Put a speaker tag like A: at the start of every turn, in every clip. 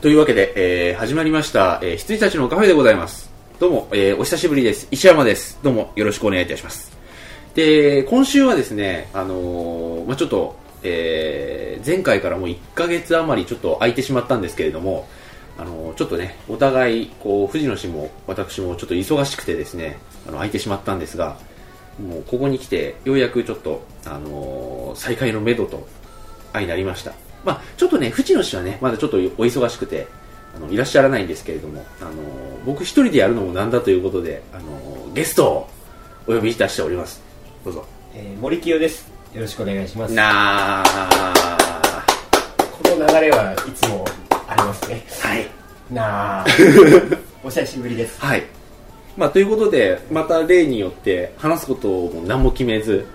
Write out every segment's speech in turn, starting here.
A: というわけで、えー始まりました、えー羊たちのカフェでございます。どうも、えーお久しぶりです。石山です。どうも、よろしくお願いいたします。で、今週はですね、あのーまあちょっと、えー前回からもう1ヶ月余りちょっと空いてしまったんですけれども、あのーちょっとね、お互い、こう、藤野氏も私もちょっと忙しくてですね、あの空いてしまったんですが、もうここに来て、ようやくちょっと、あのー再開のめどと愛になりました、まあ、ちょっとね藤野氏はねまだちょっとお忙しくてあのいらっしゃらないんですけれども、あの僕一人でやるのもなんだということで、あのゲストをお呼びいたしておりますどうぞ
B: えー、森清ですよろしくお願いします
A: なあ
B: この流れはいつもありますね
A: はい
B: なあお久しぶりです
A: はいまあ、ということでまた例によって話すことも何も決めず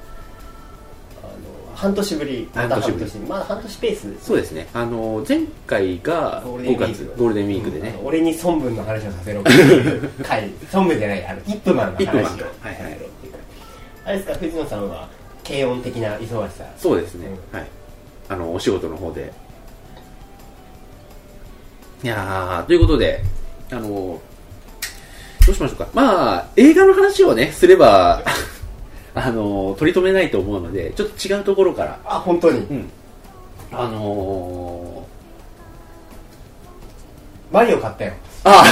B: あの半年ぶりま
A: 半
B: た
A: 年
B: 半
A: ぶり
B: 年まあ半年ペース
A: そうですね、あの前回が
B: ゴールデ
A: 5
B: ンウィーク
A: 月ゴールデンウィークでね、
B: あの俺に孫文の話をさ せろっていう回孫文じゃないあのイップマンの
A: イップマ
B: 話
A: ンか
B: をさ
A: はいはい
B: せろっていうあれですか藤野さんは軽音的な忙しさ
A: そうですね、
B: う
A: はいあのお仕事の方でいやーということであのどうしましょうかまあ映画の話をねすれ ばあの取り留めないと思うのでちょっと違うところから
B: あ本当に
A: うんあの
B: マリオ買ったよ
A: ー、あ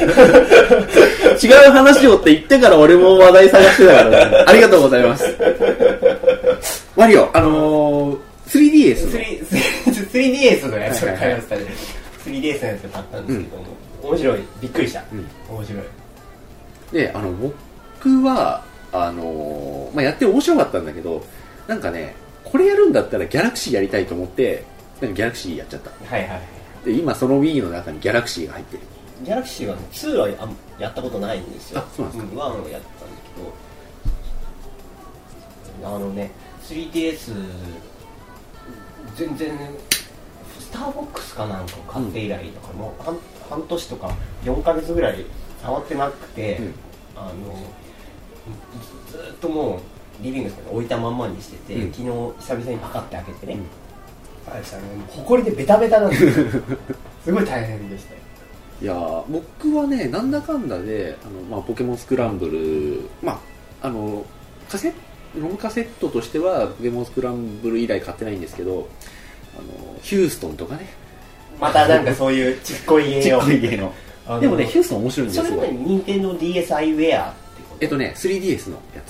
A: 違う話をって言ってから俺も話題探してたから、ね、ありがとうございますマリオあのー、3DS の
B: 3- 3DS のやつを
A: はいはい
B: 買いましたね 3DS のやつを買ったんですけども、面白いびっくりした、
A: うん
B: 面白い
A: であの僕はあのーまあ、やって面白かったんだけどなんかねこれやるんだったらギャラクシーやりたいと思ってなんかギャラクシーやっちゃった
B: はいはいはい
A: で今その Wii の中にギャラクシーが入ってる
B: ギャラクシーはね2はあんやったことないんですよ
A: あそうなんです
B: か、1をやったんだけどあのね 3DS 全然ねスターボックスかなんかを買って以来とか、もう半半年とか4ヶ月ぐらい触ってなくて、
A: うん
B: あのずずっともうリビングとかに置いたまんまにしてて、
A: うん
B: 昨日久々にパカって開けてね、
A: うん
B: あれしたらねもうほこりでベタベタなんです よすごい大変でしたよ
A: いやー僕はねなんだかんだであの、まあ、ポケモンスクランブルまああのカセロムカセットとしてはポケモンスクランブル以来買ってないんですけどあのヒューストンとかね
B: またなんかそういうちっこい
A: ちっ
B: 家を
A: こい芸の
B: あ の
A: でもねヒューストン面白いんです
B: そ
A: よ
B: れまでに任天堂 DSi ウェアってこと
A: えっとね 3DS のや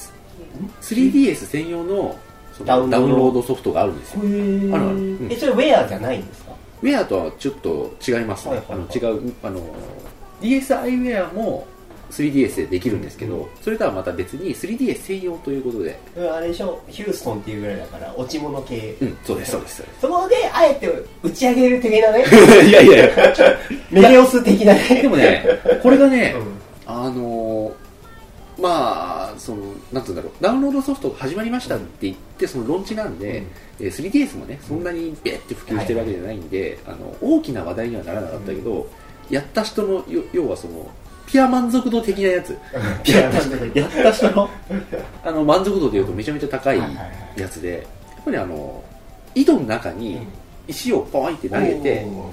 A: つ 3DS 専用のそのダウ
B: ダウ
A: ン
B: ンロード
A: ロードソフトがあるんですよ。
B: へえ
A: あるあるうん
B: えそれウェアじゃないんですか
A: ウェアとはちょっと違いますね。
B: はいはいはい
A: あの違う、あの、DSi ウェアも 3DS でできるんですけど、
B: うん
A: それとはまた別に 3DS 専用ということで、
B: うんあれでしょヒューストンっていうぐらいだから落ち物系、
A: うん、そうです、そうです。そう
B: そこであえて打ち上げる的なね
A: です いやいやいや、
B: メレオス的なね
A: でもね、これがね、
B: う
A: あのーまあそのなんつうんだろうダウンロードソフトが始まりましたって言って、そのローンチなんで、えー 3DS もねそんなにベって普及してるわけじゃないんで、あの大きな話題にはならなかったけど、やった人のよ要はそのピュア満足度的なやつ
B: んピアノの時
A: やった人の あの満足度でいうとめちゃめちゃ高い
B: はいはいは
A: やつでやっぱりあの井戸の中に石をポイって投げて、
B: おー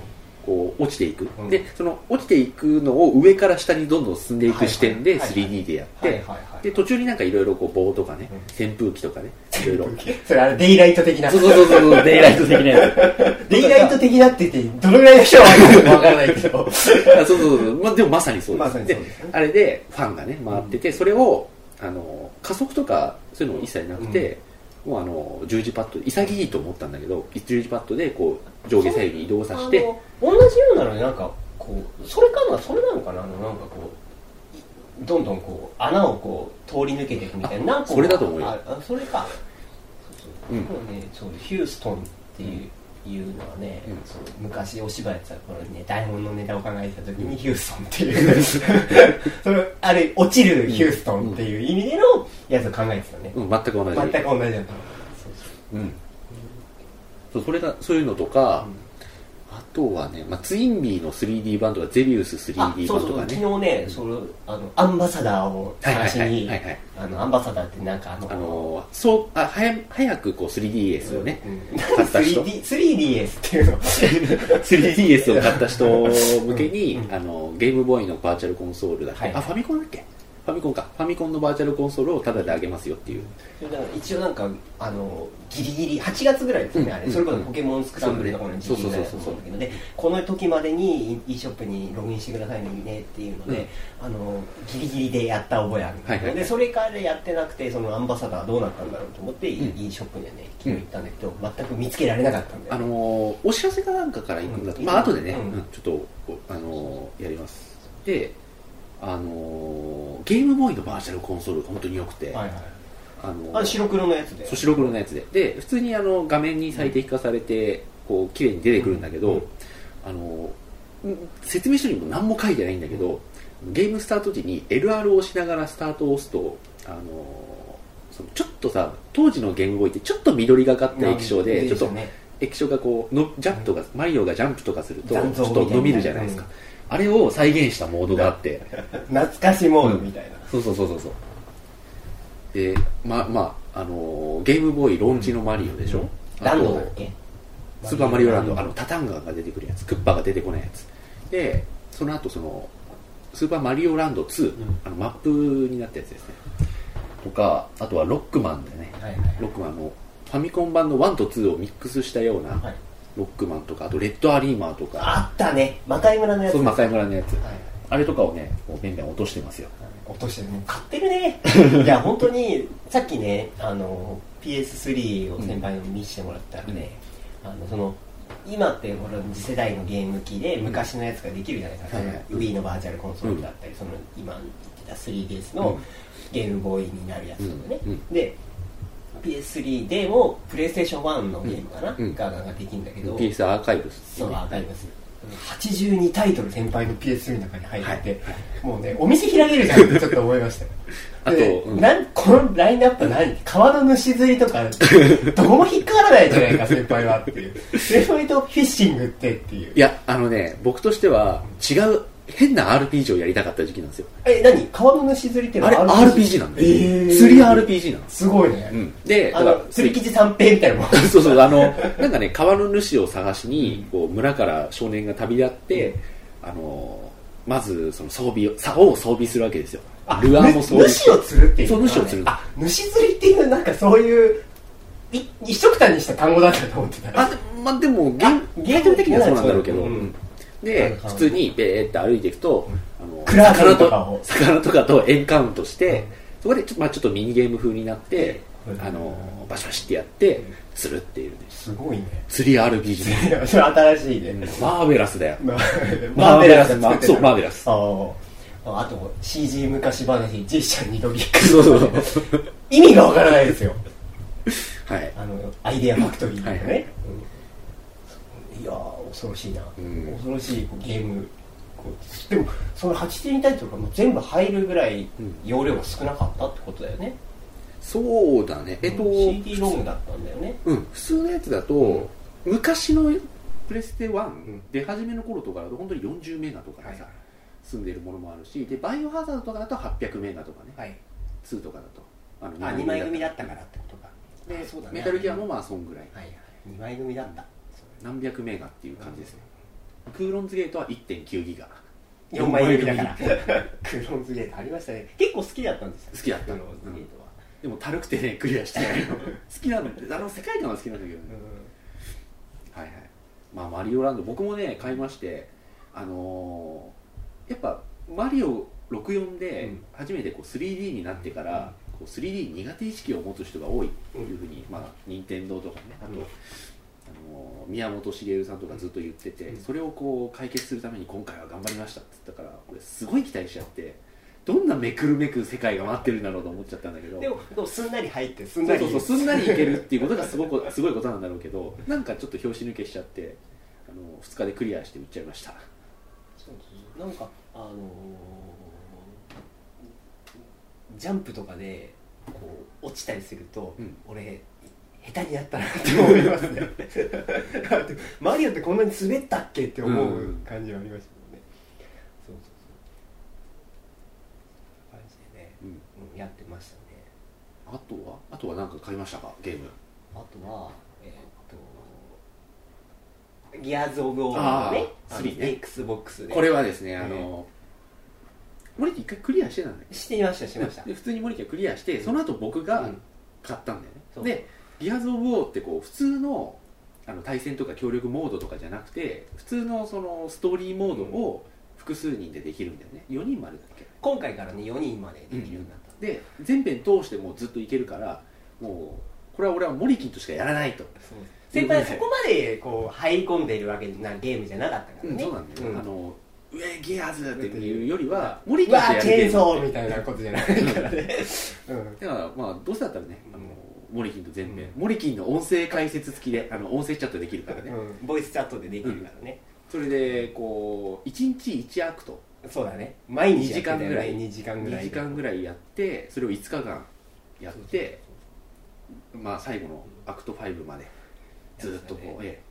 A: こう落ちていく、
B: うん
A: でその落ちていくのを上から下にどんどん進んでいく視点で
B: はいはいはいはい
A: 3D でやっ
B: はいはい
A: て
B: はい
A: で途中になんかいろいろこう棒とかね扇風機とかねいろ いろ
B: それあれデイライト的な
A: そうそうそうそうデイライト的なやつ
B: デイライト的なって言ってどのぐらいの人は分かるかわからない けど
A: あそうそうそう、まあ、でもまさにそうです,、
B: まさにそうですね
A: あれでファンがね回ってて、それをあの加速とかそういうのも一切なくて、もうあの十字パッド潔いと思ったんだけど十字パッドでこう上下左右に移動させて
B: あの同じようなのになんかこうそれかなそれなのかなあのなんかこういどんどんこう穴をこう通り抜けていくみたいな
A: あ
B: 何個も
A: それだと思うよ
B: ああそれかそうそう
A: うん
B: でもねそうヒューストンっていう,、いうのはね、
A: うん
B: その昔お芝居やってた頃にね台本のネタを考えてた時にヒューストンっ ていうそれあれ落ちるヒューストンっていう意味でのやつを考えてたね、
A: うん、全く同じ
B: 全く同じだった
A: うん、そうそれがそういうのとか、
B: うん
A: あとはね、まあ、ツインビーの 3D 版とか、ゼビウス 3D
B: あそう
A: 版
B: そ
A: と
B: う
A: かね。
B: 昨日ねそのあのアンバサダーを探しに
A: はいはいはいはいはい
B: あのアンバサダーってなんかあの
A: あのーそう、あ、早、早くこう 3DS をね、
B: うん
A: 買った人
B: 3D 3DS って いうの
A: 3DS を買った人向けに、
B: うん
A: あのゲームボーイのバーチャルコンソールだっけ、
B: はい
A: あファミコンだっけファミコンかファミコンのバーチャルコンソールをタダであげますよっていう
B: それだから一応なんかあのギリギリ8月ぐらいですね、
A: うん
B: あ
A: う
B: れ
A: ん
B: それこそポケモンスクランブルとかの時期ぐらいだと思うんだけどでこの時までに e ショップにログインしてくださいねっていうので、あのギリギリでやった覚えある、
A: はいはいはい
B: でそれからやってなくてそのアンバサダーどうなったんだろうと思って、
A: うん
B: e ショップにはね昨日行ったんだけど、全く見つけられなかったんだ
A: あ
B: よね
A: のーお知らせかなんかから行くんだと、
B: うん
A: まあ後でね、
B: うん
A: うんちょっとこうあのーやりますであのーゲームボーイのバーチャルコンソールが本当に良くて、
B: はいはい
A: あのー
B: あれ白黒のやつで
A: そう白黒のやつでで普通にあの画面に最適化されて、こう綺麗に出てくるんだけど、
B: うん
A: あのん説明書にも何も書いてないんだけど、ゲームスタート時に LR を押しながらスタートを押すとあのそのちょっとさ当時の言語ってちょっと緑がかった液晶で、ちょっと
B: ね
A: 液晶がこうのジャンプとか、マリオがジャンプとかするとちょ
B: 残像
A: っと
B: みたいな
A: 伸びるじゃないですか、あれを再現したモードがあって、
B: 懐かしモードみたいな、
A: そうそうそうそうそうでまあまああのーゲームボーイローンチのマリオでしょ、あ
B: ラ
A: と
B: ンドだっけ
A: スーパーマリオランドあ
B: の
A: のタタンガンが出てくるやつクッパが出てこないやつでその後そのスーパーマリオランド2、
B: ん
A: あのマップになったやつですねとかあとはロックマンだよね
B: はいはい
A: ロックマンのファミコン版の1と2をミックスしたような
B: はい
A: ロックマンとかあとレッドアリーマーとか
B: あったね魔界村のやつ
A: そう
B: はい
A: 魔界村のやつ
B: はい
A: あれとかをねこうベンベン落としてますよ
B: 落としてるね買って るねいや本当にさっきねあの PS3 を先輩に見せてもらったらね、あのその今ってほら次世代のゲーム機で昔のやつができるじゃないですか、
A: はいはい
B: Wii のバーチャルコンソールだったり、その今言ってた 3DS のゲームボーイになるやつとかね、
A: うんうん
B: で PS3 でも PlayStation1 のゲームかな、
A: うん
B: がができるんだけど、
A: PS アーカイブス
B: そう、わかります。82タイトル先輩の PS3 の中に入ってて、
A: はい
B: もうね、お店開けるじゃんってちょっと思いましたよ
A: あと
B: で
A: うん
B: なんこのラインナップ何川の主釣りとか、どこも引っかからないじゃないか、先輩はって いう。先輩とフィッシングってっていう
A: い。や、あのね、僕としては違う変な RPG をやりたかった時期なんですよ。
B: え、何川の主釣りっての
A: あれ
B: は
A: RPG なんだよ。
B: えー
A: 釣り RPG なんです。
B: すごいね。
A: うん。で、
B: あ
A: だ
B: の
A: から、
B: 釣り吉三平みたいな もん。
A: そうそう、あの、なんかね、川の主を探しに、こう、村から少年が旅立って、あの、まず、その装備を、竿を装備するわけですよ。ルアーも装備
B: 主を釣るっていう
A: そう主を釣る
B: あ主釣りっていうなんかそういうい一色単にした単語だったと思ってた
A: あ、でまあ、でも、ゲーム、ゲーム的にはそうなんだろうけど、
B: うん
A: うんで、普通に、べーって歩いていくと、あの
B: クラーケ
A: 魚
B: ンとかを
A: 魚とかとエンカウントして、
B: うん
A: そこでちょ,、まあ、ちょっとミニゲーム風になって、
B: うん
A: あのバシバシってやって、
B: うん
A: するっていうね
B: すごいね
A: 釣り RPG ね
B: いやそれ新しいね、
A: マーベラスだよ
B: マ
A: マー
B: ー
A: ベ
B: ベ
A: ラ
B: ラ
A: ス
B: ス
A: 作ってた
B: あーあと CG 昔話じいちゃん二度びっくり
A: そうそう
B: 意味がわからないですよ
A: はい
B: あのアイデアファクトリーとかね、
A: はいはい
B: うんいやー恐ろしいな、
A: うん
B: 恐ろしいこうゲームこうでもその82タイトルがもう全部入るぐらい
A: うん
B: 容量が少なかったってことだよね、
A: そうだねえっと、
B: うん CD ロムだったんだよね
A: うん、普通のやつだと、
B: うん
A: 昔のプレステ1
B: ん
A: 出始めの頃とかだと本当に40メガとかでさ、
B: はい
A: 住んでるものもあるしでバイオハザードとかだと800メガとかね、
B: はい
A: 2とかだとあの
B: あ2枚組だったからってことか
A: で
B: そうだね
A: メタルギアもまあそんぐらい
B: はいはい2枚組だった
A: 何百メガっていう感じですね、クーロンズゲートは1.9ギガ
B: 4枚組だから クローンズゲートありましたね結構好きだったんですよ
A: 好きだった
B: クローンズゲートは、
A: でもたるくてねクリアしてない の好きなのあの世界観は好きなんだけどね、はいはいまあマリオランド僕もね買いましてあのーやっぱマリオ64で
B: うん
A: 初めてこう 3D になってから、こう 3D 苦手意識を持つ人が多いというふうに、まあ任天堂とかねあと、
B: う
A: あ
B: ん
A: のー宮本茂さんとかずっと言ってて、
B: うん
A: それをこう解決するために今回は頑張りましたって言ったから俺すごい期待しちゃってどんなめくるめく世界が待ってるんだろうと思っちゃったんだけど
B: でもでもすんなり入ってすん
A: そ
B: な
A: う
B: り
A: そうそうすんなりいけるっていうことがすごくすごいことなんだろうけどなんかちょっと拍子抜けしちゃってあの2日でクリアして売っちゃいました
B: そうそうそうなんかあのージャンプとかでこう落ちたりすると、
A: うん
B: 俺下手にやったなって思いますねママリオってこんなに滑ったっけって思ううん感じはありましたもんね、そうそうそう感じでね、
A: うん
B: うん、やってましたね
A: あとはあとは何か買いましたかゲーム
B: あとはえーっとギアーズ・オブ・オーのね
A: あー
B: あの
A: 3ね
B: XBOX で
A: これはですね
B: えー
A: あの森木一回クリアしてたんだよ
B: してみましたしました
A: で普通に森木がクリアしてその後僕が
B: うん
A: 買ったんだよね、
B: そう
A: で「リアーズ・オブ・オー」ってこう普通のあの対戦とか協力モードとかじゃなくて普通のそのストーリーモードを複数人でできるんだよね4人までだっけ
B: 今回からね4人までできるようになった、
A: で全編通してもうずっといけるからもうこれは俺はモリキンとしかやらないと、
B: そう先輩はそこまでこう入り込んでるわけなゲームじゃなかったからね、
A: そうなんだよ、
B: うん
A: あの「ウェギアーズ」っていうよりはモリキ
B: う
A: ンと
B: わ
A: して
B: ー
A: や
B: チ
A: る
B: ェーン
A: ゲーム
B: ソーみたいなことじゃないからね、うん、
A: だからまあどうせだったらね、あの
B: うん
A: モリキンと全編、
B: う
A: モリキンの音声解説付きであの音声チャットできるからね、
B: うんボイスチャットでできるからね、
A: それでこう1日1アクト
B: そうだね毎日やってたよね
A: 2時間ぐらい
B: 2時間ぐら
A: 2
B: い
A: 時間ぐらいやってそれを5日間やってまあ最後のアクト5までずっとこう、え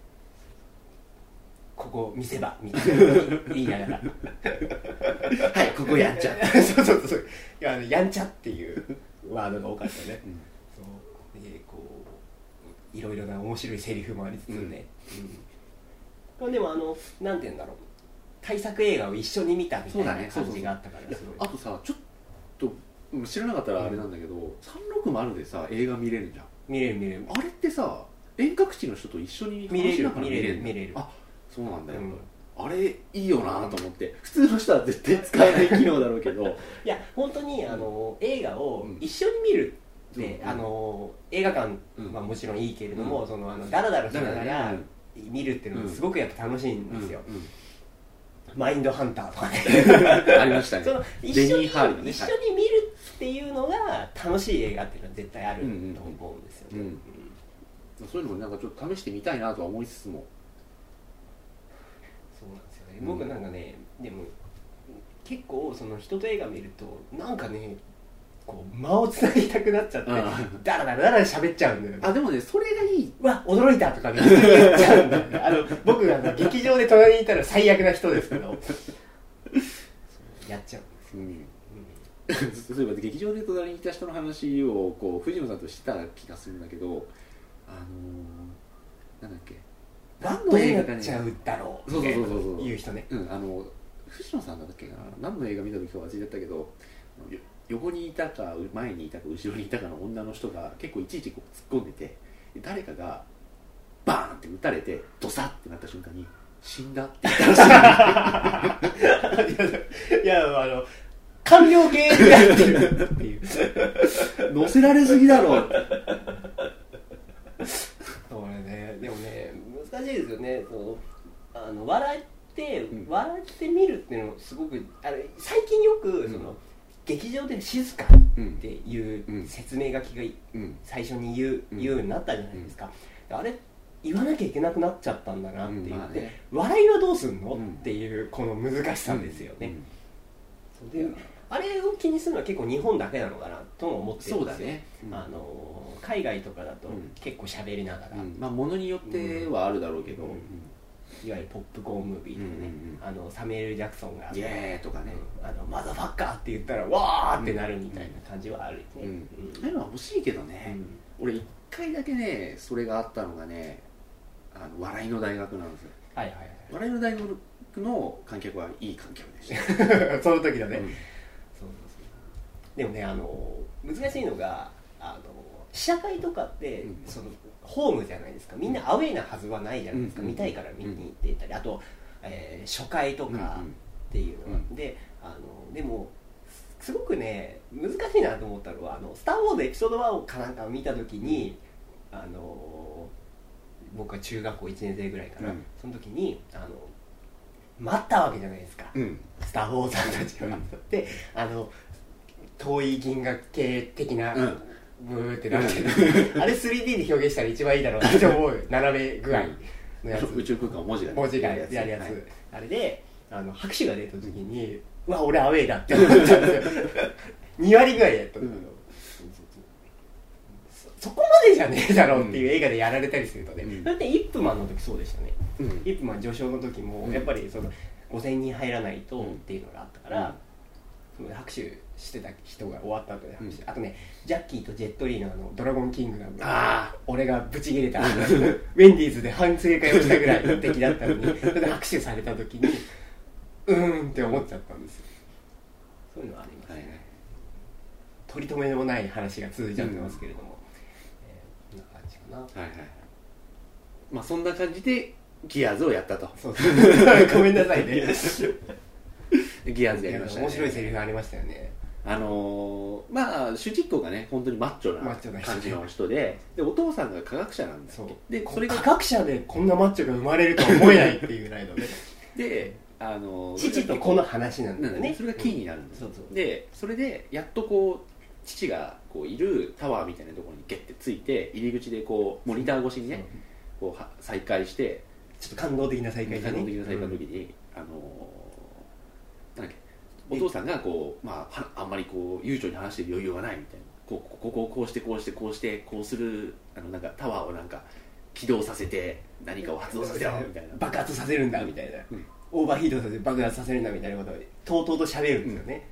B: ここ見せばみたいな言い ながら
A: えはいここやっちゃ う、
B: そうそうそういやあのやんちゃっていうワードが多かったね
A: うん
B: そうでこういろいろな面白いセリフもありつつね、うんでもあのなんて言うんだろう対策映画を一緒に見たみたい
A: そうだ
B: な
A: ねそう
B: 感
A: そうそう
B: じがあったからすごい
A: あとさちょっとうん知らなかったらあれなんだけど、360でさ映画見れるじゃん
B: 見れる見れる
A: あれってさ遠隔地の人と一緒に
B: 見
A: 話
B: れる
A: しながら見れる
B: 見れる見れる
A: あそうなんだよ、
B: うん
A: あれいいよなと思って普通の人は絶対使えない機能だろうけ ど
B: いや本当にあの映画を
A: うん
B: 一緒に見るって、
A: うん
B: あの映画館
A: うん
B: はもちろんいいけれども、
A: う
B: そのあのダラダラしな
A: だ
B: が
A: から
B: ら
A: ね
B: 見るっていうのがすごくやっぱ楽しいんですよ、
A: うんうん
B: マインドハンターとかね
A: ありましたね
B: その 一
A: デニ
B: 緒に
A: ーハールのね
B: 一緒に見るっていうのが楽しい映画っていうのは絶対あると思うんですよね、
A: うんうんうんそういうのもなんかちょっと試してみたいなとは思いつつも
B: そうなんですよね、
A: うん
B: 僕なんかねでも結構その人と映画見るとなんかねこう間をつなぎたくなっちゃって
A: うん
B: ダラダラダラ喋っちゃうんだよね
A: あでもねそれがいいう
B: わ驚いたとかね言っちゃうんだよね あの僕があの劇場で隣にいたら最悪な人ですけどやっちゃうんですよ、
A: うんそういえば劇場で隣にいた人の話をこう藤野さんとしてた気がするんだけどあのー、なんだっけ
B: 何の映画やっちゃうだろう
A: そうそうそうそう
B: みたいな言う人ね
A: うん、あの藤野さんだっけかな何の映画見た時か忘れちゃったけどよ横にいたか前にいたか後ろにいたかの女の人が結構いちいちこう突っ込んでて誰かがバーンって撃たれてドサッてなった瞬間に死んだって言ったらしい
B: いやあの官僚系になってるっていう
A: 乗せられすぎだろって
B: そうねでもね難しいですよねそうあの笑って、
A: ん
B: 笑って見るっていうのすごくあの最近よく
A: ん
B: その、劇場で静か
A: うん
B: っていううん説明書きがい
A: うん
B: 最初に言う,、
A: うん
B: 言うようになったじゃないですか、あれ言わなきゃいけなくなっちゃったんだなって言って、
A: うんまあね
B: 笑いはどうすんの、
A: うん
B: っていうこの難しさですよね、
A: うん
B: そうであれを気にするのは結構日本だけなのかなとも思ってる
A: そ
B: ん
A: う
B: で
A: だ
B: すよ、
A: ね、うん
B: あの海外とかだと
A: うん
B: 結構喋りながら、
A: うんまあものによってはあるだろうけど、
B: うんいわゆるポップコーンムービーとかね、
A: うんうんうん
B: あのサミュエル・ジャクソンが、
A: イエーイとかね、
B: あのマザーファッカーって言ったらわーってなるみたいな感じはあるよね、
A: うんああいうのは欲しいけどね、俺一回だけねそれがあったのがねあの笑いの大学なんですよ
B: はいはい
A: 笑いの大学の観客はいい観客でした
B: はいその時だね、
A: うん
B: そうそうそうでもねあの難しいのがあの試写会とかって、
A: うん
B: そのホームじゃないですかみんなアウェーなはずはないじゃないですか、
A: うん
B: 見たいから見に行っていたりあと、えー初回と
A: うん
B: かっていうのが、
A: うん
B: であのでもすごくね難しいなと思ったのは「あのスター・ウォーズ」エピソード1をかなんか見た時に、あの僕は中学校1年生ぐらいから、
A: うん
B: その時にあの待ったわけじゃないですか、
A: うんうん
B: スター・ウォーズさんたちが、であの遠い銀河系的な、
A: うん
B: ブーってなってる、あれ 3D で表現したら一番いいだろうなって思う斜め具合のやつ、
A: 宇宙空間を文字が
B: 文字がやるやつ、
A: はい
B: あれであの拍手が出た時に、うわ俺アウェーだって思ったんですよ2割ぐらいやったんだけど、
A: うん
B: そそこまでじゃねえだろうっていう映画でやられたりするとね、
A: うん
B: だってイップマンの時そうでしたね
A: うん
B: イップマン上昇の時も
A: うん
B: やっぱりその5000人入らないと
A: うん
B: っていうのがあったから、その拍手してた人が終わった後で拍手、
A: う
B: あとねジャッキーとジェットリーのあの「ドラゴンキングダム」
A: あ
B: 俺がブチギレたウェンディーズで反省会をしたぐらいの敵だったのにそれで拍手された時にうーんって思っちゃったんですよそういうのはありますね、
A: はいはい
B: 取り留めのない話が続いちゃってますけれども、えーこんな感じかな
A: あはいはいまあそんな感じでギアーズをやったと
B: そうですごめんなさいね
A: ギアーズやりました、ね、
B: 面白いセリフがありましたよね
A: あのーまあ主人公がね本当にマッチョ
B: マッチョな
A: な
B: 人
A: 感じの人ででお父さんが科学者なんだ
B: そう
A: でそれ
B: 科
A: が
B: 学者でこんなマッチョが生まれるとは思えないっていうぐ らいのね
A: であのー
B: 父と子の話なん
A: な
B: だよ
A: んだ
B: ね
A: ねそれがキーになるんです
B: そ
A: よ
B: うそう
A: でそれでやっとこう父がこういるタワーみたいなところにゲッてついて入り口でこうモニター越しにねこうは再会して
B: ちょっと感動的な再会
A: 最
B: だね
A: 動的な再会の時に、あのーなんだっけお父さんがこう、まあは、あんまりこう悠長に話してる余裕がないみたいなこうこうこうこうしてこうしてこうしてこうするあのなんかタワーをなんか起動させて何かを発動させようみたいな
B: 爆発させるんだみたいな、
A: うん
B: オーバーヒートさせて爆発させるんだみたいなことをとうとうと喋るんですよね、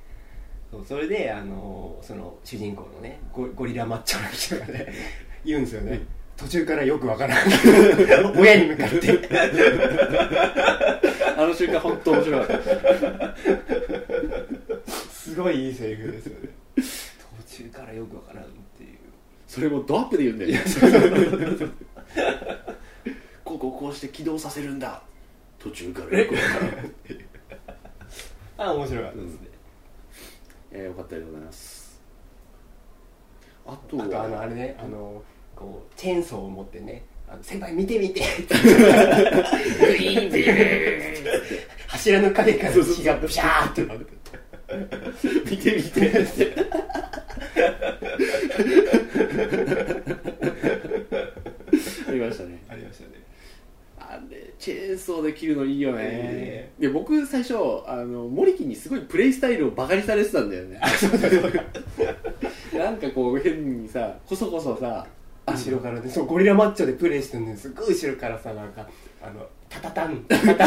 B: そうそれであのその主人公のねゴゴリラマッチョな人が ね言うんですよね、
A: うん
B: 途中からよくわからん親に向かって
A: あの瞬間本当面白かった
B: すごいいいセリフですよね途中からよくわからんっていう
A: それもドアップで言うんだよね こうこうこうして起動させるんだ途中からよくわからん
B: あ面白かったですね、
A: えー、よかったでございますあと
B: あとあのあれねあのこうチェーンソーを持ってねあの先輩見て見て
A: グ イーンって
B: 柱の影から
A: そうそうそう
B: 血がブシャーってなる
A: 見て見てありましたね
B: ありました ね
A: あれチェーンソーで切るのいいよね、
B: え
A: で僕最初あのモリキンにすごいプレイスタイルをバカにされてたんだよね なんかこう変にさこそこそさ
B: 後ろからねそうゴリラマッチョでプレイしてるのにすっごい後ろからさなんかあのタタタンタタタ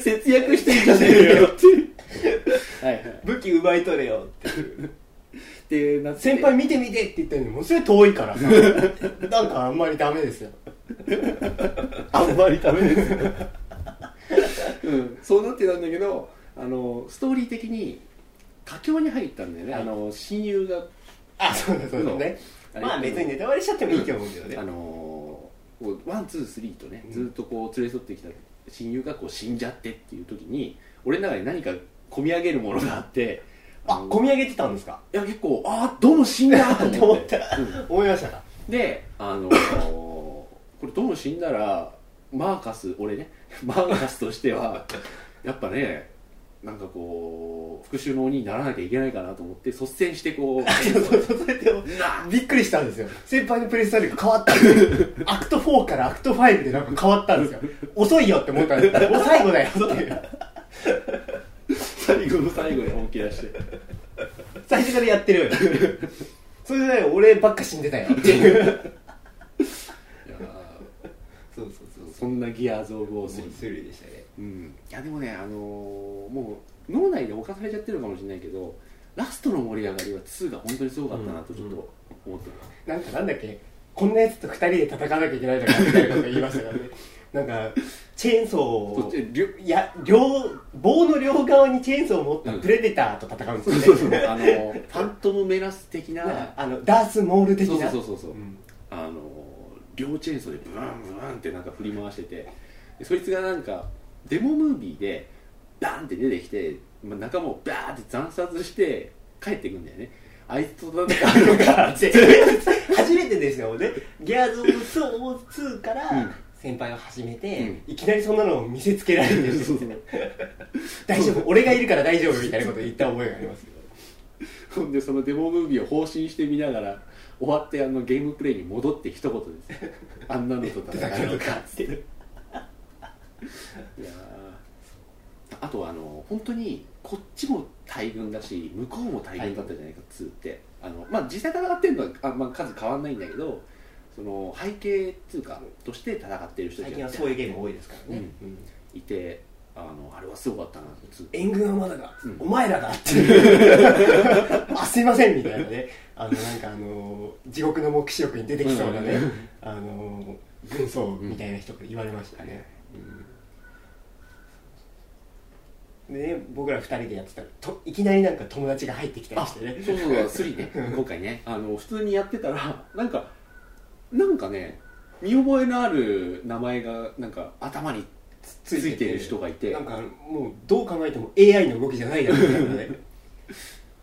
B: ン
A: 節約してんじゃねえよっていうはいはい
B: 武器奪い取れよって
A: でなって
B: 先輩見て見てって言ってるのにもうそれ遠いから さなんかあんまりダメですよ
A: あんまりダメですよ、うん、そうなってたんだけどあのストーリー的に佳境に入ったんだよね、
B: はい
A: あの親友が
B: あそうだそうだね
A: そう
B: まあ別にネタバレしちゃってもいいと思うけどね
A: あのこうワンツースリーとね
B: うん
A: ずっとこう連れ添ってきた親友がこう死んじゃってっていう時に俺の中に何か込み上げるものがあって
B: あ
A: の
B: 込み上げてたんですか
A: いや結構ああどうも死んだと思って
B: と思
A: うん
B: 思いましたか
A: であのこれどうも死んだらマーカス俺ねマーカスとしてはやっぱねなんかこう復讐の鬼にならなきゃいけないかなと思って率先してこう
B: そうそうそれでも
A: な
B: びっくりしたんですよ先輩のプレイスタイルが変わったんです よアクト4からアクト5でなんか変わったんですよ遅いよって思ったんです よもう最後だよっていう
A: 最後の最後で本気出して
B: 最初からやってるそれで俺ばっか死んでたよっていう
A: いやー
B: そうそうそう
A: そんなギアーズ・オブ・オース
B: ス
A: リー
B: リーでしたね
A: うん、いやでもね、あのーもう脳内で侵されちゃってるかもしれないけどラストの盛り上がりは2が本当にすごかったなとちょっと思ってます、
B: なんかなんだっけこんなやつと二人で戦わなきゃいけないとかみたいなこと言いましたからねなんかチェーンソー
A: そ
B: を
A: うでりょ
B: いや両棒の両側にチェーンソーを持った
A: うん
B: プレデターと戦うんです
A: そ
B: よ
A: う
B: ね、
A: そうあのーファントム・メラス的
B: なんか
A: な
B: あのダース・モール的
A: そう
B: な
A: そうそうそう、
B: うん
A: あの両チェーンソーでブワンブワンってなんか振り回しててでそいつがなんかデモムービーでバーンって出てきて、まあ、仲間をバーンって惨殺して帰っていくんだよねあいつとなんかあの
B: か って 初めてですよねギャーズ・オブ・ソー2か
A: う
B: ら
A: ん
B: 先輩を始めて、
A: う
B: いきなりそんなのを見せつけられてるんですよね大丈夫俺がいるから大丈夫みたいなこと言った覚えがありま すけど
A: ほんでそのデモムービーを放心して見ながら終わってあのゲームプレイに戻って一言です あんなのと戦うのかっていやーあとはあの本当にこっちも大軍だし向こうも大軍だったじゃないか2ってあの、まあ、実際戦ってるのはあ、まあ、数変わんないんだけどその背景っていうかとして戦っている人た
B: 最
A: ち
B: 近
A: が
B: はそういうゲーム多いですからね、
A: う
B: うん
A: いてあのあれはすごかったなつう
B: 援軍はまだだ、
A: うん
B: お前らだって いうあすいませんみたいなねあのなんかあの地獄の黙示録に出てきそうなね、
A: うんうん
B: あの軍曹みたいな人から言われましたね、うんでね僕ら二人でやってたらといきなりなんか友達が入ってきたりしてね
A: そう そうスリね今回ねあの普通にやってたらなんかなんかね見覚えのある名前がなんか頭につついてる人がいて
B: なんかもうどう考えても AI の動きじゃないだろうみたい なね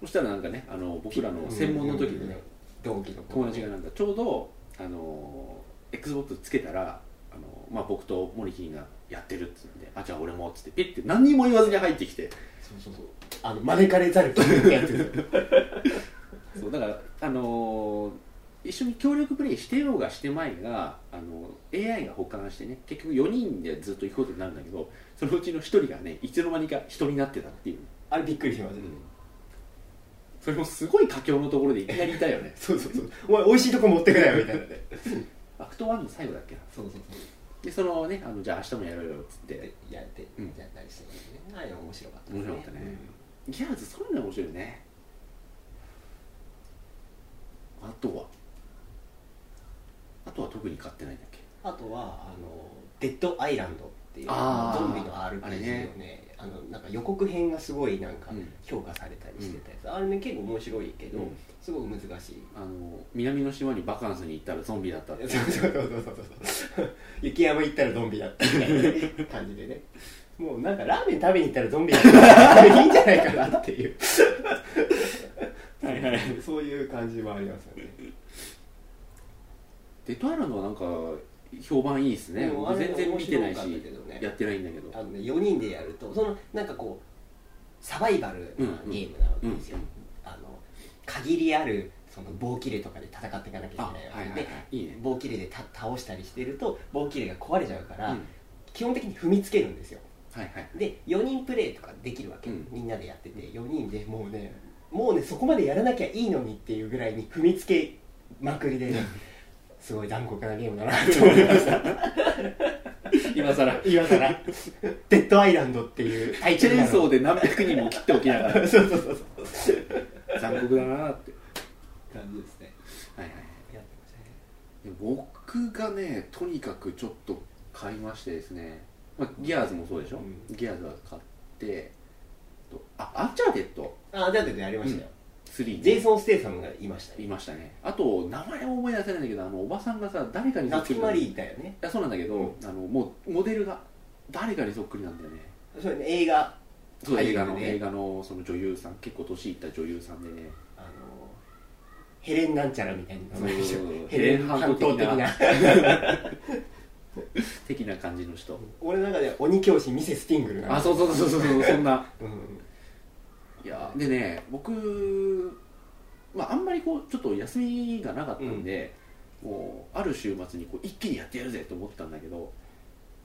A: そしたらなんかねあの僕らの専門の時にね
B: 同期の子
A: 友達がなんかちょうどあの XBOX つけたらあの、まあ、僕とモリキーがやってるっつうんで「あじゃあ俺も」っつってピッて何にも言わずに入ってきて
B: そうそうそうあの招かれざる気分ってやつですよ
A: そうだから、あのー一緒に協力プレイしてようがしてまいが、あの AI が保管してね結局4人でずっと行くことになるんだけどそのうちの1人がねいつの間にか人になってたっていう、
B: あれびっくりします、
A: それもすごい佳境のところでいきなりいたよね
B: そうそうそうお前美味しいとこ持ってくなよみたいなね
A: アクト1の最後だっけな
B: そうそう
A: でそのねあのじゃあ明日もやろうよっつって
B: やって、
A: うん
B: やったりしてねああいうの面白かった、
A: 面白かったね、ギャーズそういうの面白いねあとはあとは特に買ってないんだっけ
B: あとはあのデッドアイランドっていうゾ
A: あー
B: ンビの
A: あれ
B: RPG
A: ね
B: をねあのなんか予告編がすごいなんか
A: うん
B: 評価されたりしてたやつ、あれね結構面白いけど、
A: うん
B: すごく難しい
A: あの南の島にバカンスに行ったらゾンビだったって
B: そうそうそうそうそう雪山行ったらゾンビだったみたいなね 感じでねもうなんかラーメン食べに行ったらゾンビだったらいいんじゃないかなっていう
A: はいはい
B: そういう感じもありますよね
A: デッドアイランドはなんか評判いいですね
B: でもあれ
A: 全然見てないし、
B: 面白かったけどね
A: やってないんだけど
B: あのね4人でやるとそのなんかこうサバイバルなゲームなわけですよ、
A: うんうん
B: あの限りあるその棒切れとかで戦っていかなきゃいけない
A: あ
B: わ
A: はい
B: けで、
A: はいはいいいね
B: 棒切れでた倒したりしてると棒切れが壊れちゃうか
A: うん
B: ら、
A: はい
B: 基本的に踏みつけるんですよ
A: はい
B: で4人プレイとかできるわけ、
A: うん
B: みんなでやってて4人でもうねもうねそこまでやらなきゃいいのにっていうぐらいに踏みつけまくりでねすごい残酷なゲームだなと思いました
A: 今さら
B: 今更デッドアイランドっていうタイ
A: チ
B: ト
A: ェー
B: ルな
A: ン
B: の
A: ソーで何百人も切っておきなが ら
B: そうそうそうそう
A: 残酷だなって
B: 感じですね
A: はいはい
B: やってましたね
A: で僕がねとにかくちょっと買いましてですね、まあ、ギアーズもそうでしょ、
B: うん
A: ギアーズは買ってとあアンチャーテッド
B: あだってやりましたよ、
A: 3
B: ジェイ
A: ね
B: ソン・ステイサムがいました
A: い
B: ね
A: ましたねあと名前を思い出せないんだけどあのおばさんがさ誰かにそっく
B: 夏
A: り
B: マ
A: な
B: リ
A: い
B: ーだよね
A: やそうなんだけど、あのもうモデルが誰かにそっくりなんだよね
B: それね映画
A: そう
B: 俳優
A: 映画の、
B: ね
A: 映画のその女優さん結構年いった女優さんでね
B: あのヘレンなんちゃらみたいな名前でしょ
A: そうそう そう
B: ヘレン半島
A: ヘ
B: 的
A: レン半
B: な
A: 島的な感じの人、
B: 俺の中では鬼教師ミセス・ティングルなんだ
A: あそうそうそうそうそうそんな
B: うん
A: いやでね僕、まあ、あんまりこうちょっと休みがなかったんで、もうある週末にこう一気にやってやるぜと思ったんだけど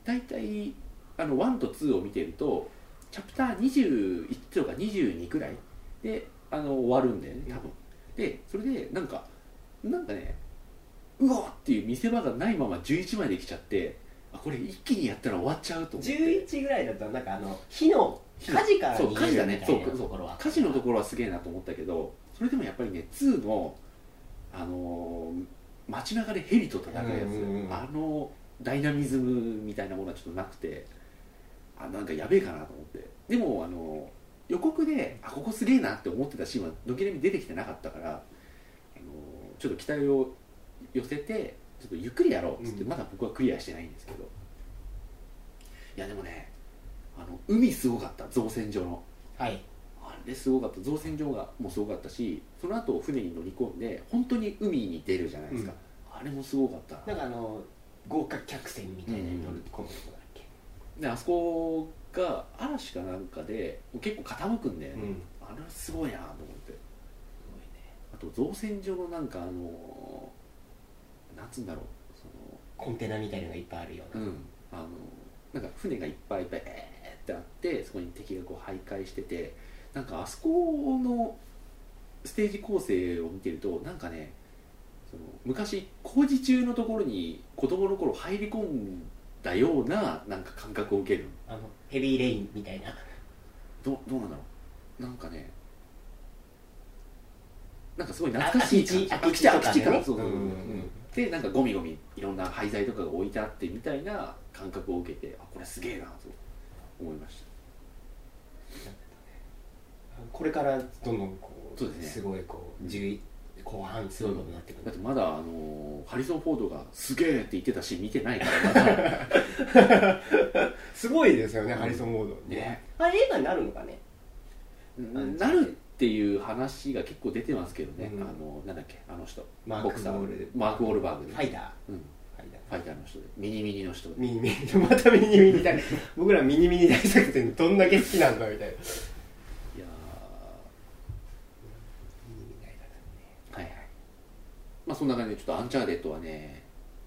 A: 大体あの1と2を見てるとチャプター21とか22くらいであの終わるんだよね多分、でそれでなんかなんかねうわっっていう見せ場がないまま11まで来ちゃってあこれ一気にやったら終わっちゃうと思って
B: 11ぐらいだったらなんかあの火の火事から
A: そう
B: 逃
A: 火
B: げ
A: 事だ
B: るみ
A: ね
B: た
A: そう
B: いな
A: そう
B: ところは
A: 火事のところはすげえなと思ったけどそれでもやっぱりね2の、あのー街中でヘリと戦うやつ、
B: うんうんうん
A: あのダイナミズムみたいなものはちょっとなくてあなんかやべえかなと思ってでも、あのー予告であここすげえなって思ってたシーンは軒並み出てきてなかったから、あのーちょっと期待を寄せてちょっとゆっくりやろうっつって、
B: うん
A: まだ僕はクリアしてないんですけどいやでもねあの海すごかった造船所の
B: はい
A: あれすごかった造船所がもうすごかったしその後船に乗り込んで本当に海に出るじゃないですか、あれもすごかった
B: なんかあの豪華客船みたいなのに乗り込むとこだっけ
A: であそこが嵐かなんかで結構傾くんで、
B: うん
A: あれはすごいなと思ってあと造船所のなんかあのーなんつうんだろうそ
B: コンテナみたいなのがいっぱいあるよう
A: の
B: な、
A: うんあのなんか船がいっぱいベーってあってそこに敵がこう徘徊しててなんかあそこのステージ構成を見てるとなんかねその昔工事中のところに子供の頃入り込んだようななんか感覚を受ける
B: あのヘビーレインみたいな
A: どどうなんだろうなんかねなんかすごい懐かしい感じ
B: あ空き地
A: あ空き地か
B: 空き地とかね
A: そうそうそう
B: うん
A: うんでなんかゴミゴミいろんな廃材とかが置いてあってみたいな感覚を受けてあこれすげえなと思いました
B: これからどんどんこう
A: そうですね
B: ごいこう10後半すごいことになってく
A: だっ
B: る
A: てまだ、あのーハリソン・フォードがすげえって言ってたし見てないからま だ
B: すごいですよね、
A: うん
B: ハリソン・モード
A: ね
B: あれ映画になるのかね
A: なるっていう話が結構出てますけどね、
B: うん
A: あのなんだっけあの人
B: マーク
A: ボクサ
B: ウォール
A: マーク・ウォールバーグ
B: フ
A: で
B: ァイター
A: うん、
B: ファイター
A: ファイターの人でミニミニの人で
B: ミニミニまたミニミニ大僕らミニミニ大作戦どんだけ好きなんだみたいな
A: や
B: い
A: ーはいはいまあそんな感じでちょっとアンチャーデッドはね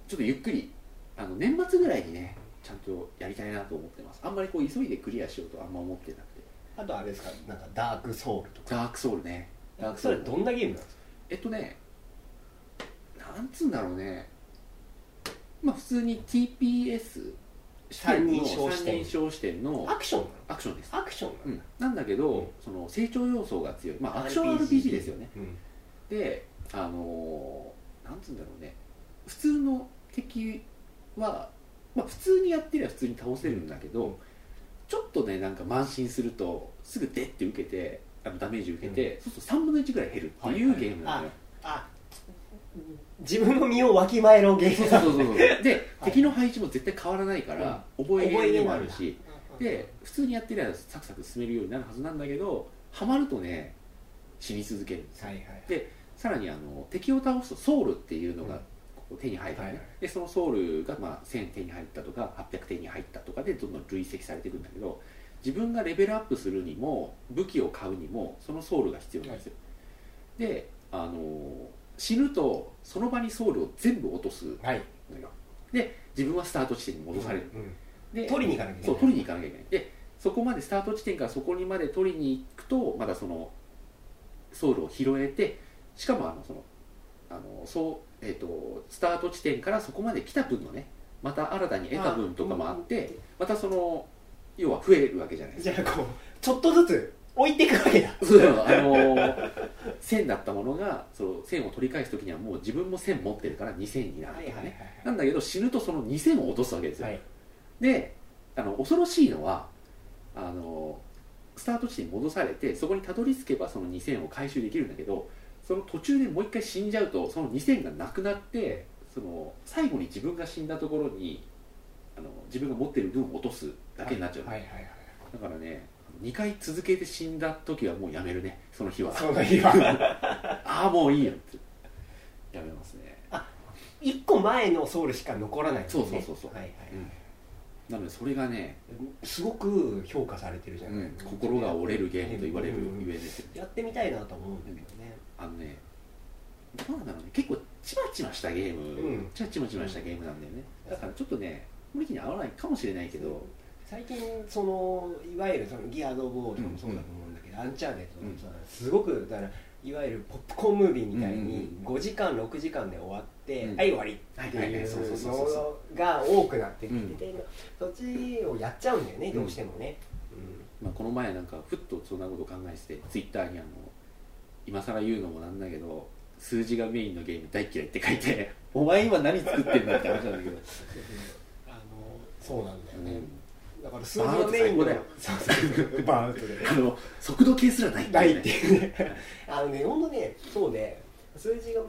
A: ちょっとゆっくりあの年末ぐらいにねちゃんとやりたいなと思ってますあんまりこう急いでクリアしようとあんま思ってなくて
B: あとあれですかなんかダークソウルとか
A: ダークソウルねダークソ
B: そ
A: ウ
B: れ
A: ル
B: どんなゲームなんですか
A: えっとねなんつうんだろうねまあ普通に TPS
B: 三人称視点
A: 三人称視点の
B: アクションなの
A: アクションです、
B: アクションなの、
A: うん、なんだけど、
B: うん
A: その成長要素が強いまあアクション RPG ですよね
B: うん
A: であのーなんつうんだろうね普通の敵は、まあ、普通にやってりゃ普通に倒せるんだけど、
B: うん
A: ちょっとねなんか慢心するとすぐデッて受けてあのダメージ受けて、そうすると3分の1ぐらい減るって
B: はいいうはい
A: ゲームなのよ、
B: あ自分の身をわきまえろゲーム
A: そ
B: だ
A: うそう そうそうで、
B: はい
A: 敵の配置も絶対変わらないから、覚えゲーでもあるし
B: 覚えれな
A: で普通にやってりゃサクサク進めるようになるはずなんだけどハマるとね死に続けるんですよ
B: いんだはい
A: さらにあの敵を倒すとソウルっていうの
B: うん
A: がこう手に入るのね、
B: はいはい
A: でそのソウルがまあ1000手に入ったとか800手に入ったとかでどんどん累積されていくんだけど自分がレベルアップするにも武器を買うにもそのソウルが必要なんですよ、であのー死ぬとその場にソウルを全部落とす
B: はいはい
A: のよで自分はスタート地点に戻される、
B: うん
A: で
B: 取りに行かなきゃいけない
A: そう取りに行かなきゃいけないでそこまでスタート地点からそこにまで取りに行くとまだそのソウルを拾えてしかもあのそのあのそう、えー、とスタート地点からそこまで来た分のねまた新たに得た分とかもあってまたその要は増えるわけじゃないです
B: じ
A: か
B: ゃあこうちょっとずつ置いていくわけだ
A: そう あの線だったものがその線を取り返す時にはもう自分も線持ってるから2000になるとかね、なんだけど死ぬとその2000を落とすわけですよ、
B: はい
A: であの恐ろしいのはあのスタート地点に戻されてそこにたどり着けばその2000を回収できるんだけどその途中でもう一回死んじゃうとその2000がなくなってその最後に自分が死んだところにあの自分が持ってる分を落とすだけになっちゃう、
B: はいはいはい
A: だからね2回続けて死んだ時はもうやめるねその日は
B: その日は
A: ああもういいよってやめますね
B: 一個前のソウルしか残らないんですね
A: そうそうそうそう
B: はいはいはい
A: なのでそれがね、
B: すごく評価されてるじゃないですか、
A: 心が折れるゲームと言われる
B: うん
A: ゆえですよね
B: やってみたいなと思うんだけどね、
A: あのね、どうなんだろうね、結構ちまちましたゲーム、
B: うん
A: ちまちまちましたゲームなんだよね、だからちょっとね、無理に合わないかもしれないけど、
B: 最近そのいわゆるそのギアード・ボーとかもそうだと思うんだけど、アンチャーネットもそうだねすごくだからいわゆるポップコーンムービーみたい
A: うん
B: に5時間6時間で終わって、
A: うん
B: はい終わり
A: はい
B: って
A: はい
B: い
A: はいうそうそうそうそう
B: のが多くなってき
A: うん
B: てて、そっちをやっちゃうんだよねどうしてもね、
A: まあ、この前なんか、ふっとそんなこと考えてて、ツイッターにあの、今更言うのもなんだけど、数字がメインのゲーム大嫌いって書いて、 お前今何作ってんだって話なんだけど、
B: あのそうなんだよ
A: う
B: ね、
A: ん
B: だから数字のメインの
A: バーンアウ
B: そうそうそうバーンアウトで
A: あの速度計すらないって
B: ない
A: いうね
B: っていうねあのねほんとねそうね数字が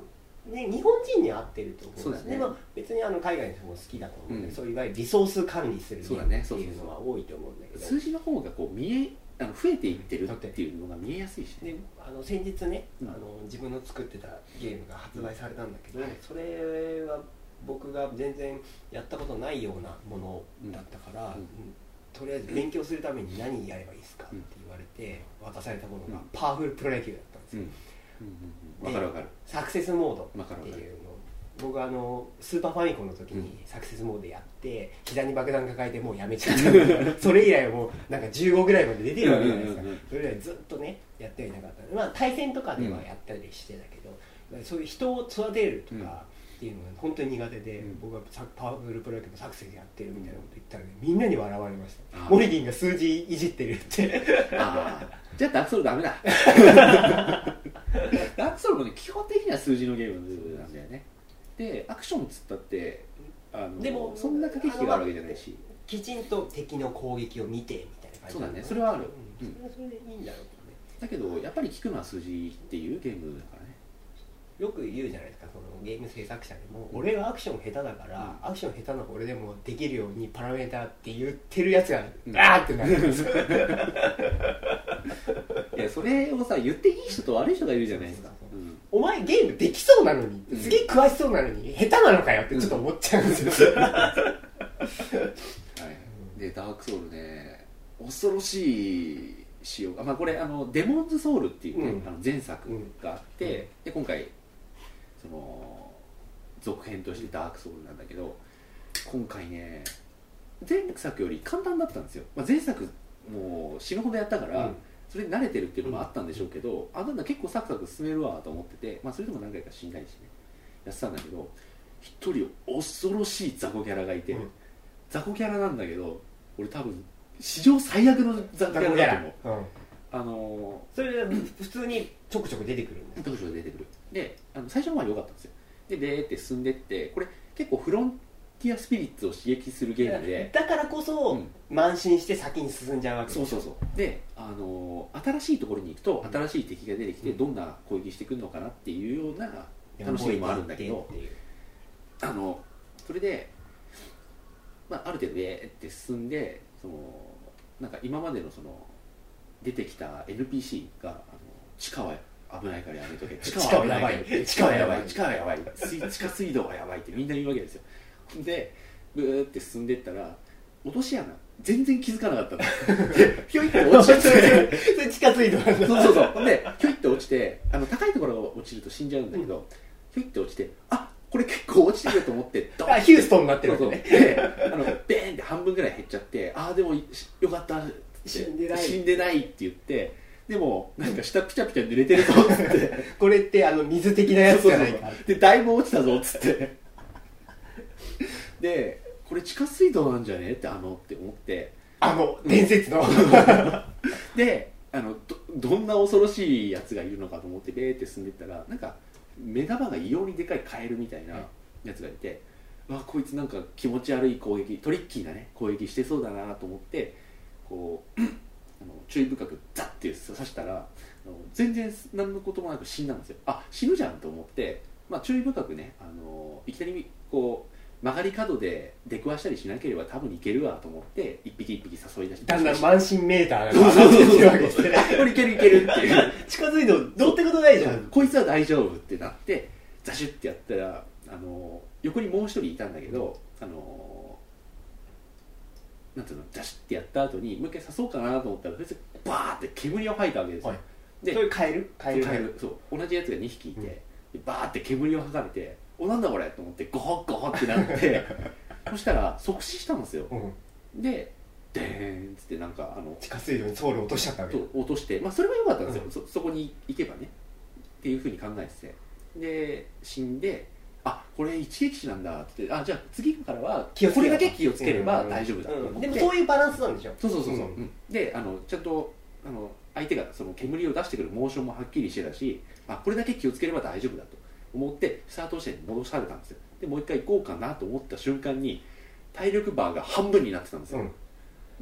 B: ね日本人に合ってると思うんです
A: そうだね
B: まあ、別にあの海外の人も好きだと思うんで、
A: うん
B: そういわゆるリソース管理する
A: そうだね
B: っていうのは多いと思うんだけど
A: 数字の方がこう見えあの増えていってるっていうのが見えやすいしね。
B: であの先日ね、
A: うん
B: あの自分の作ってたゲームが発売されたんだけど、
A: はい
B: それは僕が全然やったことないようなものだったから、
A: うん
B: うんとりあえず勉強するために何やればいいですかって言われて渡されたものが
A: うん
B: パワフルプロ野球だったんで
A: う
B: すよ、
A: んうんうんわかるわかる。
B: サクセスモード
A: わかる
B: っ
A: わ
B: て
A: かる
B: い。うのを僕はあのスーパーファミコンの時
A: うん
B: にサクセスモードやって膝に爆弾抱えてもうや めちゃったんだけどそれ以来もうなんか15ぐらいまで出てるわけじゃないですか
A: うんうんうんうん
B: それ以来ずっとねやってはいなかったまあ対戦とかではやったりしてたけど、からそういう人を育てるとかっていうのが本当に苦手で、
A: うん
B: 僕はさパワフルプロ野球の作成でやってるみたいなこと言ったら、ね、みんなに笑われまし
A: あ
B: た
A: ー
B: モリリンが数字いじってるって
A: あーじゃあダークソウルダメだダークソウルもね基本的には数字のゲームなんだよねでアクションっつったってあの
B: でも
A: そんな駆け引きがあるわけじゃないし
B: きちんと敵の攻撃を見てみたいな感じ
A: そうだねそれはある、
B: う
A: うんん
B: それはそれでいいんだろうけどね
A: だけどやっぱり聞くのは数字っていうゲームだ からね
B: よく言うじゃないですかそのゲーム制作者でも俺はアクション下手だから、アクション下手な俺でもできるようにパラメーターって言ってるやつが、
A: うん
B: あーってなるんですよ
A: いやそれをさ言っていい人と悪い人がいるじゃないですか
B: そうそう
A: うん
B: お前ゲームできそうなのに
A: うん
B: すげえ詳しそうなのに下手なのかよってちょっと思っちゃうんですよ、
A: はい、でダークソウルね恐ろしい仕様が、まあ、これあのデモンズソウルっていう、ね
B: うん
A: あの前作があって、
B: うん
A: で今回その続編としてダークソウルなんだけど今回ね前作より簡単だったんですよ、まあ、前作もう死ぬほどやったから、それに慣れてるっていうのもあったんでしょうけど、あなんだ結構サクサク進めるわと思ってて、まあ、それでも何回か死んだりしてねやってたんだけど一人恐ろしい雑魚キャラがいて、
B: うん
A: 雑魚キャラなんだけど俺多分史上最悪の雑魚キャラだと思う
B: うん
A: あの
B: それで普通にちょくちょく出てくるんで
A: ーどうしよう出てくるであの最初の方は良かったんですよででーって進んでってこれ結構フロンティアスピリッツを刺激するゲーム
B: す
A: で、
B: だからこそ、
A: うん
B: 慢心して先に進んじゃうわけ
A: そうそうそうで、あのー新しいところに行くと新しい敵が出てきて、
B: うん
A: どんな攻撃してくるのかなっていうような
B: う
A: 楽しみもあるんだけど
B: っていう
A: あのそれで、まあ、ある程度でって進んでそのなんか今までのその出てきた NPC があの地下は危ないからやめと け
B: 地下はやばい
A: 地下はやばい
B: 地
A: 地下はやばい水地下水道はやばいってみんな言うわけですよでブーって進んでったら落とし穴全然気づかなかったの でひょいって落ちちゃって
B: それ近づいてます
A: そうそうそうほんでひょいって落ちてあの高いところが落ちると死んじゃうんだけど、ひょいって落ちてあこれ結構落ちてると思ってドン
B: あヒューストンになってる
A: そ
B: わ
A: う
B: け
A: そう
B: ね
A: であのベーンって半分ぐらい減っちゃってああでもよかったっつって
B: 死んでない
A: 死んでないって言ってでもなんか下ピチャピチャ濡れてるぞっ つって
B: これってあの水的なやつじゃないか
A: でだいぶ落ちたぞっつってでこれ地下水道なんじゃねってあのって思って
B: あの伝説の
A: であのどどんな恐ろしいやつがいるのかと思ってベーって進んでったらなんか目玉が異様にでかいカエルみたいなやつがいて、うわこいつなんか気持ち悪い攻撃トリッキーなね攻撃してそうだなと思ってこうあの注意深くザッて刺したらあの全然何のこともなく死んだんですよあ死ぬじゃんと思って、まあ、注意深くねあのいきなりこう曲がり角で出くわしたりしなければ多分いけるわと思って一匹一匹誘い出して
B: だんだん慢心メーターが上がってってるわけですね
A: これいけるいけるっていう
B: 近づいてもどうってことないじゃん
A: こいつは大丈夫ってなってザシュってやったらあの横にもう一人いたんだけどあのなんていうのザシュってやった後にもう一回刺そうかなと思ったらそいつバーって煙を吐いたわけですよ、
B: はい
A: で
B: それカエルカエル
A: カエルそう同じやつが2匹いて、
B: うん
A: でバーって煙を吐かれて「おなんだこれ!」と思ってゴホッゴホッってなって そしたら即死したんですよ
B: うん
A: で「でーん」っつってなんかあの
B: 地下水道にソウル落としちゃったわけ
A: と落として、まあ、それは良かったんですよ、
B: うん
A: そそこに行けばねっていうふうに考えててで死んであこれ一撃死なんだってあじゃあ次からは
B: 気をつけ
A: こ
B: れ
A: れ
B: ば
A: だけ気をつければ大丈夫だと思って、
B: でもそういうバランスなんでしょ
A: そうそうそうそう、
B: うん
A: うんであのちゃんとあの相手がその煙を出してくるモーションもはっきりしてたしあこれだけ気をつければ大丈夫だと思ってスタート地点に戻されたんですよでもう一回行こうかなと思った瞬間に体力バーが半分になってたんですよ、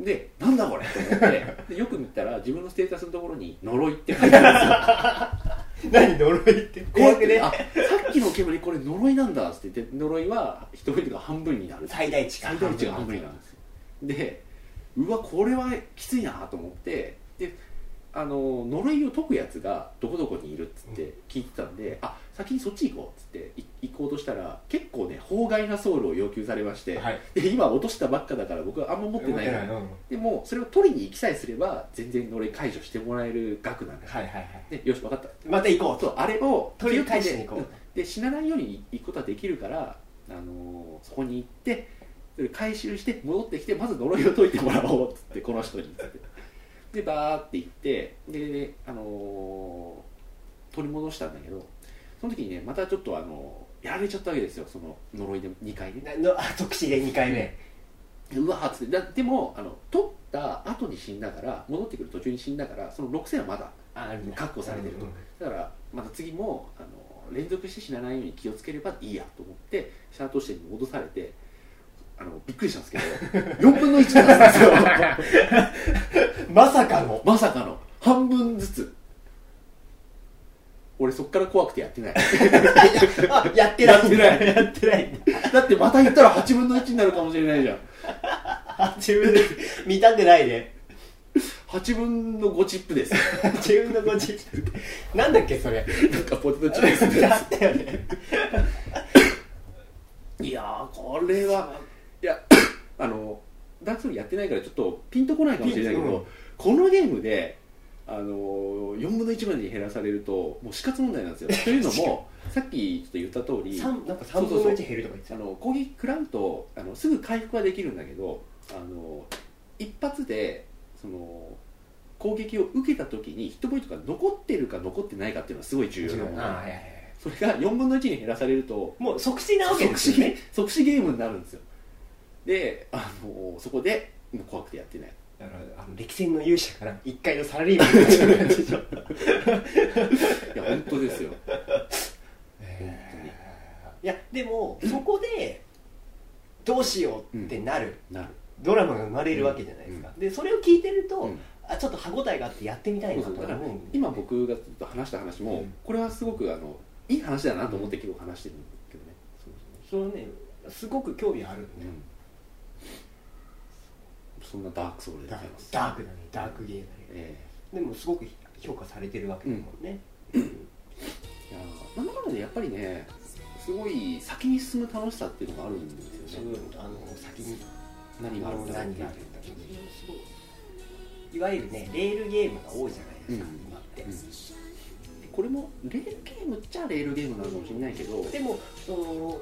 A: で、なんだこれと思ってで、 よく見たら自分のステータスのところに呪いって書いてあるんですよ。
B: 何呪いって怖くね
A: あ、さっきの煙これ呪いなんだっつって言って、呪いは一人が半分になる。
B: 最大値か
A: 最大値が半分になるんですよ。で、うわ、これはきついなと思って、で、あの、呪いを解くやつがどこどこにいるっつって聞いてたんで、あ、先にそっち行こうっつってい行こうとしたら、結構ね、法外なソウルを要求されまして、
B: はい
A: で今落としたばっかだから僕はあんま持ってないから、
B: うんはい
A: でもそれを取りに行きさえすれば全然呪い解除してもらえる額なんだよ、
B: はいはい
A: でよし分かった
B: また行こう
A: そ
B: と
A: うあれを
B: 取り返し
A: 気
B: に
A: をつけ
B: 行
A: て
B: こ
A: うんで死なないように行くことはできるから、あのーそこに行ってそれ回収して戻ってきてまず呪いを解いてもらおうっつってこの人にっつってでバーって行ってで、あのー取り戻したんだけどその時にねまたちょっとあのやられちゃったわけですよその呪いで2回ね
B: なのあ特殊で2回目
A: うわーっつってだでもあの取った後に死んだから戻ってくる途中に死んだからその6000はまだ
B: ある
A: 確保されてるとだからまた次もあの連続して死なないように気をつければいいやと思ってシャートして戻されてあのびっくりしたんですけど 4分の1だったんですよ
B: まさかの
A: まさかの半分ずつ俺そっから怖くてやってない
B: あやってない
A: やって
B: やってない
A: だってまた行ったら8分の1になるかもしれないじゃん
B: あ自分で見たくないね
A: 8分の5チップです
B: 自分のご自身なんだっけそれ
A: なんかポテトチップスです
B: だったよね
A: いやーこれはいやあのダークソウルやってないからちょっとピンとこないかもしれないけど、
B: うん
A: このゲームであの4分の1までに減らされるともう死活問題なんですよというのもさっきちょっと言った通り
B: 三なんか3分の1減るとか言って
A: あ
B: た
A: の攻撃食らうとあのすぐ回復はできるんだけどあの一発でその攻撃を受けた時にヒットポイントが残ってるか残ってないかっていうのはすごい重要なもの
B: ああいやいやいや
A: それが4分の1に減らされると
B: もう即死なわけ
A: 即
B: です
A: 死
B: よね
A: 即死ゲームになるんですよであのそこでもう怖くてやってない
B: だからあの歴戦の勇者から一回のサラリーマンみ たいな感じでしょ
A: いや本当ですよ
B: いやでもそこでどうしようってなる、
A: なる
B: ドラマが生まれるわけじゃないですか、でそれを聞いてると、
A: うん
B: あちょっと歯応えがあってやってみたい
A: そう
B: な
A: そう
B: とか
A: だから
B: 思うんで
A: 今僕がちょっと話した話も、
B: うん
A: これはすごくあのいい話だなと思って今日話してるんだけどね、そう
B: それはねすごく興味あるん
A: そう
B: で、
A: うんそんなダークソウルでご
B: ダ
A: ざい
B: ーク
A: ます
B: ダークだねダークゲーだね
A: え
B: でもすごく評価されてるわけだもんね、
A: えいやーなんだかんだでやっぱりねすごい先に進む楽しさっていうのがあるんです
B: そ
A: よ
B: の
A: ね
B: あの先に
A: 何があるんだろう
B: 何
A: ってい
B: が
A: う
B: あるんだろうっていうすごいいわゆるねレールゲームが多いじゃないですか、
A: うん
B: 今って、
A: うんこれもレールゲームっちゃレールゲームなのかもしれないけど
B: でもその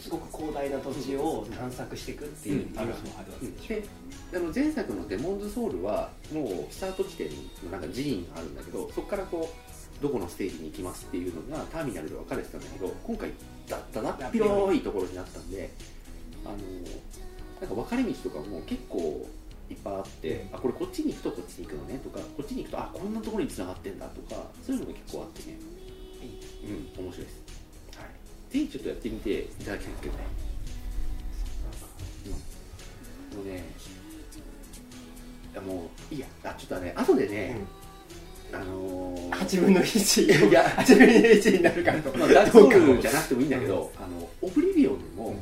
B: すごく広大な土地を探索していくっていう楽しみもあるわけでしょ、
A: であの前作の「デモンズ・ソウル」はもうスタート地点のなんか寺院があるんだけどそこからこうどこのステージに行きますっていうのがターミナルで分かれてたんだけど今回だったなっ広いところになったんであのなんか分かれ道とかも結構いっぱいあってあこれこっちに行くとこっちに行くのねとかこっちに行くとあこんなところに繋がってんだとかそういうのが結構あってねうん面白いです、はい、ぜひちょっとやってみていただきたいんですけどねもうねいやもういいやあちょっとね後でね、あのー、
B: 8分の1
A: いや
B: 8分の1になるかと
A: まあ、ダークソウルじ
B: ゃ
A: ゃなくてもいいんだけど、あのオブリビオンでも、
B: うん
A: あの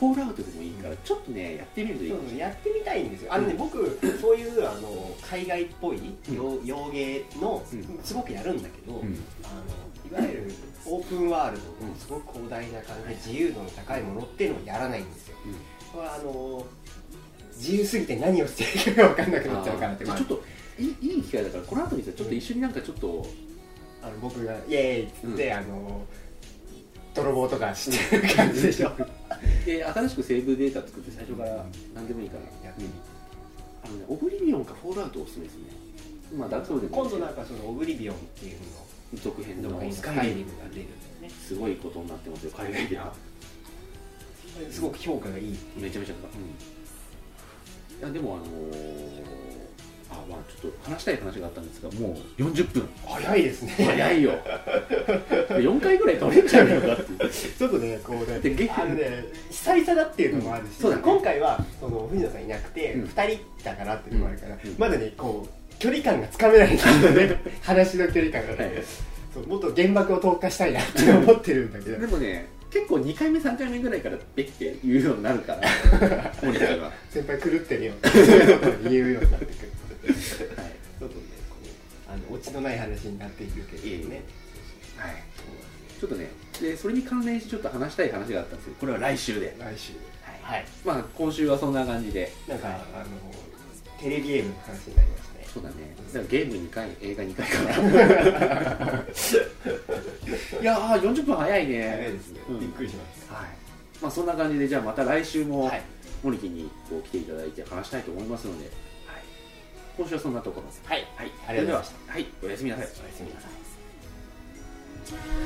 A: フォールアウトでもいいから、ちょっとねやってみるといいかもしれない、
B: やってみたいんですよあのね、
A: うん
B: 僕そういうあの海外っぽい
A: うん
B: 洋洋芸の、
A: うん
B: すごくやるんだけど、
A: うん
B: あのいわゆるオープンワールド
A: うん
B: のすごく広大な感じで自由度の高いものっていうのをやらないんですよこれはあの自由すぎて何をしていいかが分かんなくなっちゃうからって
A: じゃあちょっといいいい機会だからこの後にさちょっと一緒になんかちょっと、
B: あの僕が「イエーイ!」っつって、あの泥棒とかしてる感じでしょ
A: で新しくセーブデータ作って最初から何でもいいから、
B: やってみて
A: あのねオブリビオンかフォールアウトおすすめですねまあダークソウルでもいいで
B: 今
A: す
B: 度
A: けど
B: なんかそのオブリビオンっていう
A: 続編で
B: の
A: も
B: のス
A: ス
B: カ
A: カイ
B: イ
A: リ
B: リ
A: ム
B: ムが出るんだよね
A: すごいことになってますよ海外では
B: すごく評価がいい
A: めちゃめちゃうんいやでもあのーあまあちょっと話したい話があったんですがもう40分
B: 早いですね
A: 早 いよ4回ぐらい取れちゃうのかっていう
B: ちょっとねこうね
A: でゲ
B: あのね久々だっていうのもあるし、
A: うんそうだね
B: 今回はその藤野さんいなくて、
A: うん
B: 2人だからっていうのもあるから、
A: うん
B: まだねこう距離感がつかめないんですよ ね話の距離感がね、
A: はい
B: そうもっと原爆を投下したいなって思ってるんだけ
A: で
B: ど
A: もね結構2回目3回目ぐらいからべって言うようになる からモニターが、はい、
B: 先輩狂ってるよっていうことを言うようになってくるちょっとねこうあのオチのない話になっていくけどね、
A: はい、ちょっとねでそれに関連してちょっと話したい話があったんですけどこれは来週で、
B: 来週
A: はい
B: はい
A: まあ今週はそんな感じで
B: なんかあのテレビゲームの話になりましたね
A: そうだね。だからゲーム2回、映画2回か な。いやー、40分早いね。
B: 早いですね、
A: うん
B: びっくりしまし
A: はい。まあそんな感じで、じゃあまた来週
B: た
A: も、
B: はい
A: モニキにこう来ていただいて話したいと思いますので、今週はそんなところです。
B: はい
A: はい。
B: ありがとうございまし
A: そ
B: た
A: れでははい。おやすみなさい。
B: おやすみなさい
C: Tell